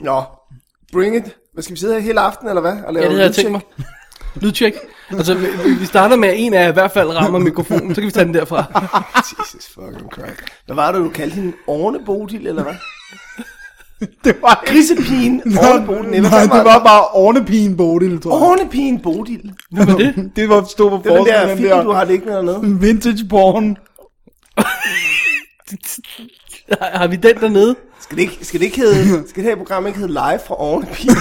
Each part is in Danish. Nå, bring it. Hvad skal vi sidde her hele aftenen, eller hvad? Og lave Ja, det havde jeg lydtjek? tænkt mig. Lydtjek. Altså, vi, vi- vi starter med, at en af jer i hvert fald rammer mikrofonen, så kan vi tage den derfra. Jesus fucking Christ. Hvad var det, du kaldte hende? Orne Bodil, eller hvad? Det var Grisepigen Orne Bodil. nej, det var bare ornepigen Bodil, tror jeg. Ornepigen Bodil. Det Hvad med det? Det var stå på er den forsiden, der film, du har liggende Mm. dernede. vintage porn. Har, har vi den dernede? Skal det ikke, skal det ikke hedde, skal det her program ikke hedde Live fra Ornepigen?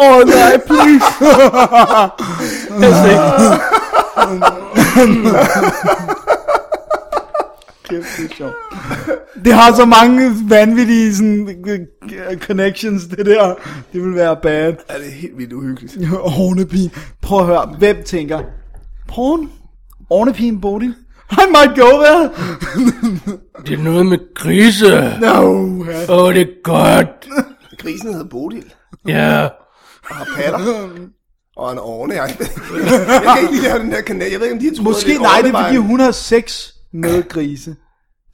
Åh oh, nej, please. Helst ikke. Ah. Kæft, det er sjovt. Det har så mange vanvittige sådan, g- g- connections, det der. Det vil være bad. Ja, det er helt vildt uhyggeligt. Ornepin. Prøv at høre, hvem tænker? Porn? Ornepin Bodil? I might go there. Det er noget med grise. No. Åh, oh, det er godt. Grisen hedder Bodil Ja. og har patter. Og en orne, jeg, jeg kan ikke lige lave den der kanal. Jeg ved ikke, om de har troet, Måske et nej, det er ornebarn. fordi hun har sex med grise.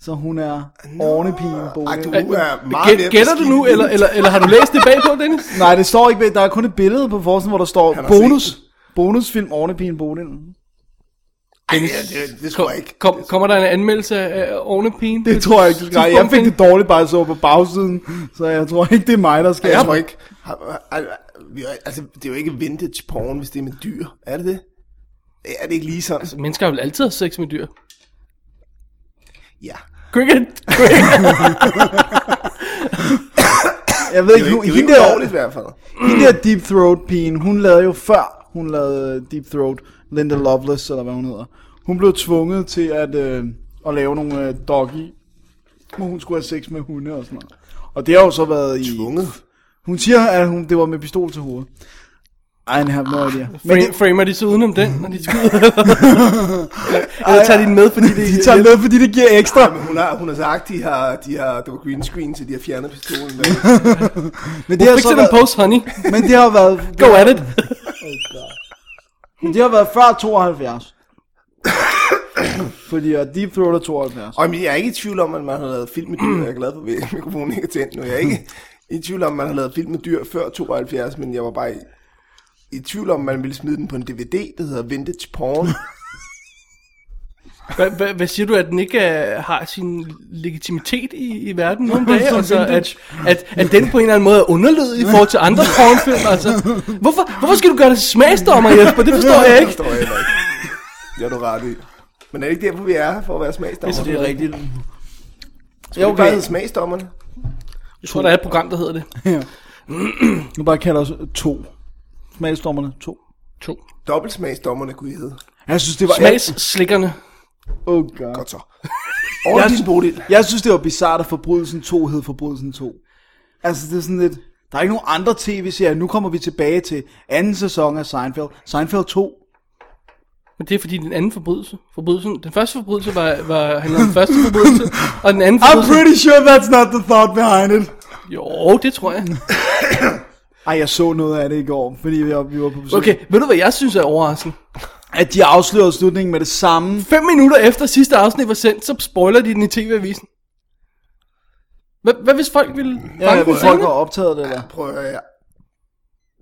Så hun er ornepigen Ej, du Bodil. er meget let Gæt, at gætter du skide nu, i. eller, eller, eller har du læst det bagpå, Dennis? Nej, det står ikke, ved- der er kun et billede på forsiden, hvor der står Han har set bonus. Bonusfilm Ornepigen Bodil. Ej, det, det, det tror jeg ikke. Kom, kommer der en anmeldelse af Ornepigen? Det tror jeg ikke, du skal. Nej, Jeg fik det dårligt, bare jeg så på bagsiden, så jeg tror ikke, det er mig, der skal. Jeg tror ikke. har- har- har- vi er- Altså, det er jo ikke vintage porn, hvis det er med dyr. Er det det? Er det ikke lige sådan? Altså, mennesker har vel altid haft sex med dyr. Ja. Cricket. Jeg ved Det er ikke, jo hun, ikke, det er jo hende ikke der, lovligt i hvert fald. hende der Deep Throat-pigen, hun lavede jo før, hun lavede Deep Throat, Linda Lovelace, eller hvad hun hedder. Hun blev tvunget til at, øh, at lave nogle øh, doggy, hvor hun skulle have sex med hunde og sådan noget. Og det har jo så været i... Tvunget. Hun siger, at hun, det var med pistol til hovedet. Ej, have no Ah, idea. Men Frame, det, framer de så udenom den, når de skyder? eller, eller tager de den med, fordi det de tager med, fordi det giver ekstra. Men hun har, hun har sagt, de har, de har, det var green screen, så de har fjernet pistolen. Der. Men det, Det har Fix så it and været, post, honey. men det har været... Go at it. Men det har været før 72. Fordi jeg Deep Throat er 72. Og jeg er ikke i tvivl om, at man har lavet film med dyr. Jeg er glad for, at mikrofonen ikke er tændt nu. Jeg er ikke i tvivl om, at man har lavet film med dyr før 72, men jeg var bare i, i tvivl om, at man ville smide den på en DVD, der hedder Vintage Porn. Hvad, hvad, hvad siger du, at den ikke uh, har sin legitimitet i, i verden nu om dagen? Som Altså, at, vintage. at, at den på en eller anden måde er underlødig i forhold til andre pornofilm? Altså, hvorfor, hvorfor skal du gøre det til smagsdommer, Jesper? Det forstår jeg Det ikke. forstår jeg heller ikke. Det har du ret i. Men er det ikke derfor, vi er her, for at være smagsdommer? Hvis Altså, det er rigtigt. Skal vi bare hedde smagsdommerne? Jeg tror, der er et program, der hedder det. Ja. Nu bare kalder os to. Smagsdommerne to. To. Dobbelt smagsdommerne kunne I hedde. Jeg synes, det var... Smagsslikkerne. Oh God. Godt så. Over din Bodil. Jeg synes, det var bizart, at Forbrydelsen 2 hed Forbrydelsen 2. Altså, det er sådan lidt... Der er ikke nogen andre tv-serier. Nu kommer vi tilbage til anden sæson af Seinfeld. Seinfeld 2. Men det er fordi den anden forbrydelse, forbrydelsen, den første forbrydelse var, var handlede om den første forbrydelse, og den anden I'm forbrydelse... pretty sure that's not the thought behind it. Jo, det tror jeg. Ej, jeg så noget af det i går, fordi vi var, vi var på besøg. Okay, ved du hvad jeg synes er overraskende? At de afslørede slutningen med det samme. Fem minutter efter sidste afsnit var sendt, så spoiler de den i tv-avisen. Hvad, hvad hvis folk ville Ja, fange hvor den Øh, folk har senere? optaget det der. Prøv at høre her.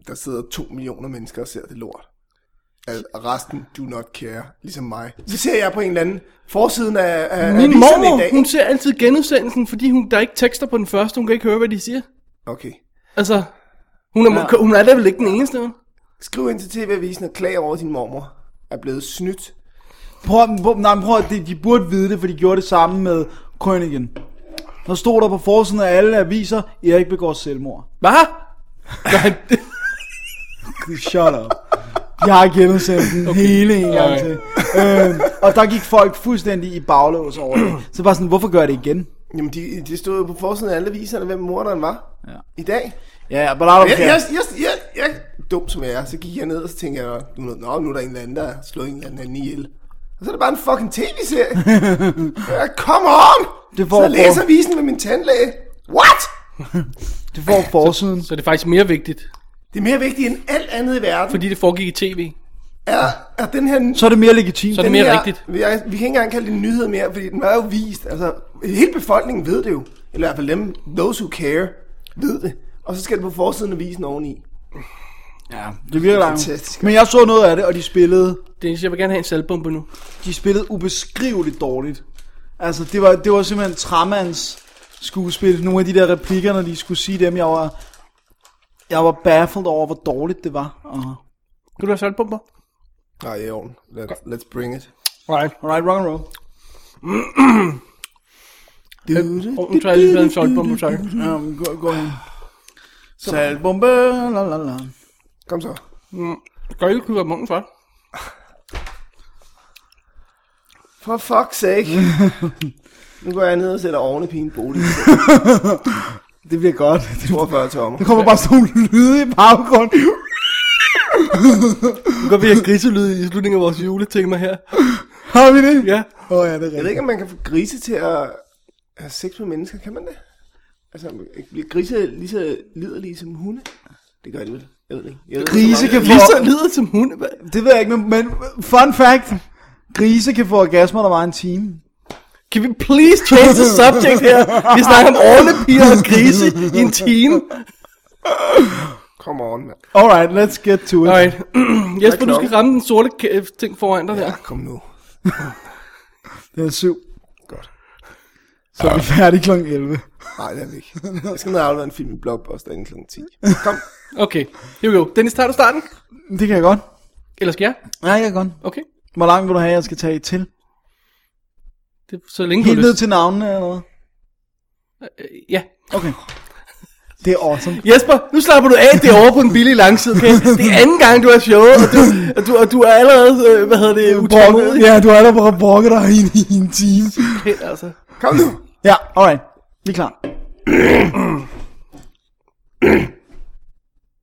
Der sidder to millioner mennesker og ser det lort. Al- og Resten, do not care, ligesom mig. Så ser jeg på en eller anden forsiden af, af Min aviserne i dag. mormor, hun ser altid genudsendelsen, fordi hun, der er ikke tekster på den første, hun kan ikke høre, hvad de siger. Okay. Altså, hun er, ja. hun er da vel ikke den eneste, vel? Skriv ind til TV-avisen og klag over, at din mormor er blevet snydt. Prøv, prøv, nej, men prøv at- de, de burde vide det, for de gjorde det samme med Krøniken. Der stod der på forsiden af alle aviser, Erik begår selvmord. Hvad? Nej, det, Shut up. Jeg har genudsendt den okay. hele en gang Nej. til. øhm, og der gik folk fuldstændig i baglås over det. Så bare sådan, hvorfor gør jeg det igen? Jamen, de, de stod jo på forsiden af alle aviserne, hvem morderen var Ja. i dag. Ja, ja, but I don't Jeg, care. jeg, jeg, jeg, jeg, dum som jeg er, så gik jeg ned, og så tænkte jeg, nu, nå, nu er der en eller anden, der har slået en eller anden ihjel. Og så er det bare en fucking tv-serie. ja, come on! Det Det får- så læser avisen med min tandlæge. What? Det får forsiden. så er det faktisk mere vigtigt, Det er mere vigtigt end alt andet i verden. fordi det foregik i tv. er, er den her... Så er det mere legitimt. Så er det den mere her, rigtigt. Vi, er, vi kan ikke engang kalde det en nyhed mere, fordi den er jo vist. Altså, hele befolkningen ved det jo. Eller i hvert fald dem, those who care, ved det. Og så skal det på forsiden af visen oveni. Ja, det virker langt. Fantastisk. Men jeg så noget af det, og de spillede, Dennis, jeg vil gerne have en salgbombe nu. de spillede ubeskriveligt dårligt. Altså, det var, det var simpelthen Tramans skuespil. Nogle af de der replikker, når de skulle sige dem, jeg var, jeg var baffled over, hvor dårligt det var. Og... Kan du have salgbomber? Nej, i orden. Let's, let's bring it. Nej. Alright, rock and roll. Og nu tror jeg, at jeg lige har en salgbombe, sorry. Ja, men gå, gå ind. Salgbombe, la la la. Kom så. Gør I ikke kunne være munden for? For fuck's sake. nu går jeg ned og sætter ovne i en bolig. Det bliver godt. 42 tommer. Der kommer bare sådan nogle lyde i baggrunden. Nu går vi have griselyd i slutningen af vores juletema her. Har vi det? Ja. Åh oh, ja, Jeg det er ved rigtigt. ikke, om man kan få grise til at have sex med mennesker. Kan man det? Altså, bliver grise lige så liderlige som hunde? Det gør de vel? Jeg ved det ikke. Jeg ved Grise ikke så meget. kan få- Lige så lider som hunde. hvad? Det ved jeg ikke, men, men fun fact. Grise kan få orgasmer, der var en time. Kan vi please change the subject her? Vi snakker om ornepiger og grise i en time. Come on, mand. Alright, let's get to it. Alright. Jesper, du klokken? skal ramme den sorte ka- ting foran dig der. Ja, kom nu. Det er syv. Godt. Så er vi færdige kl. 11. Nej, det er vi ikke. Jeg skal ned og aflevere en film i Blockbuster inden kl. 10. Kom. Okay, here we go. Dennis, tager du starten? Det kan jeg godt. Eller skal jeg? Ja, jeg kan godt. Okay. Hvor langt vil du have, jeg skal tage til? Det, så længe du Helt har ned lyst. til navnene eller hvad? Øh, Ja. Okay. Det er awesome. Jesper, nu slapper du af det er over på en billig langside, okay? Det er anden gang, du har showet, og du, og du, og du er allerede, øh, hvad hedder det, utålmodig. Ja, du har allerede brokket dig i, i en time. Okay, altså. Kom nu. Ja, alright. Vi er klar.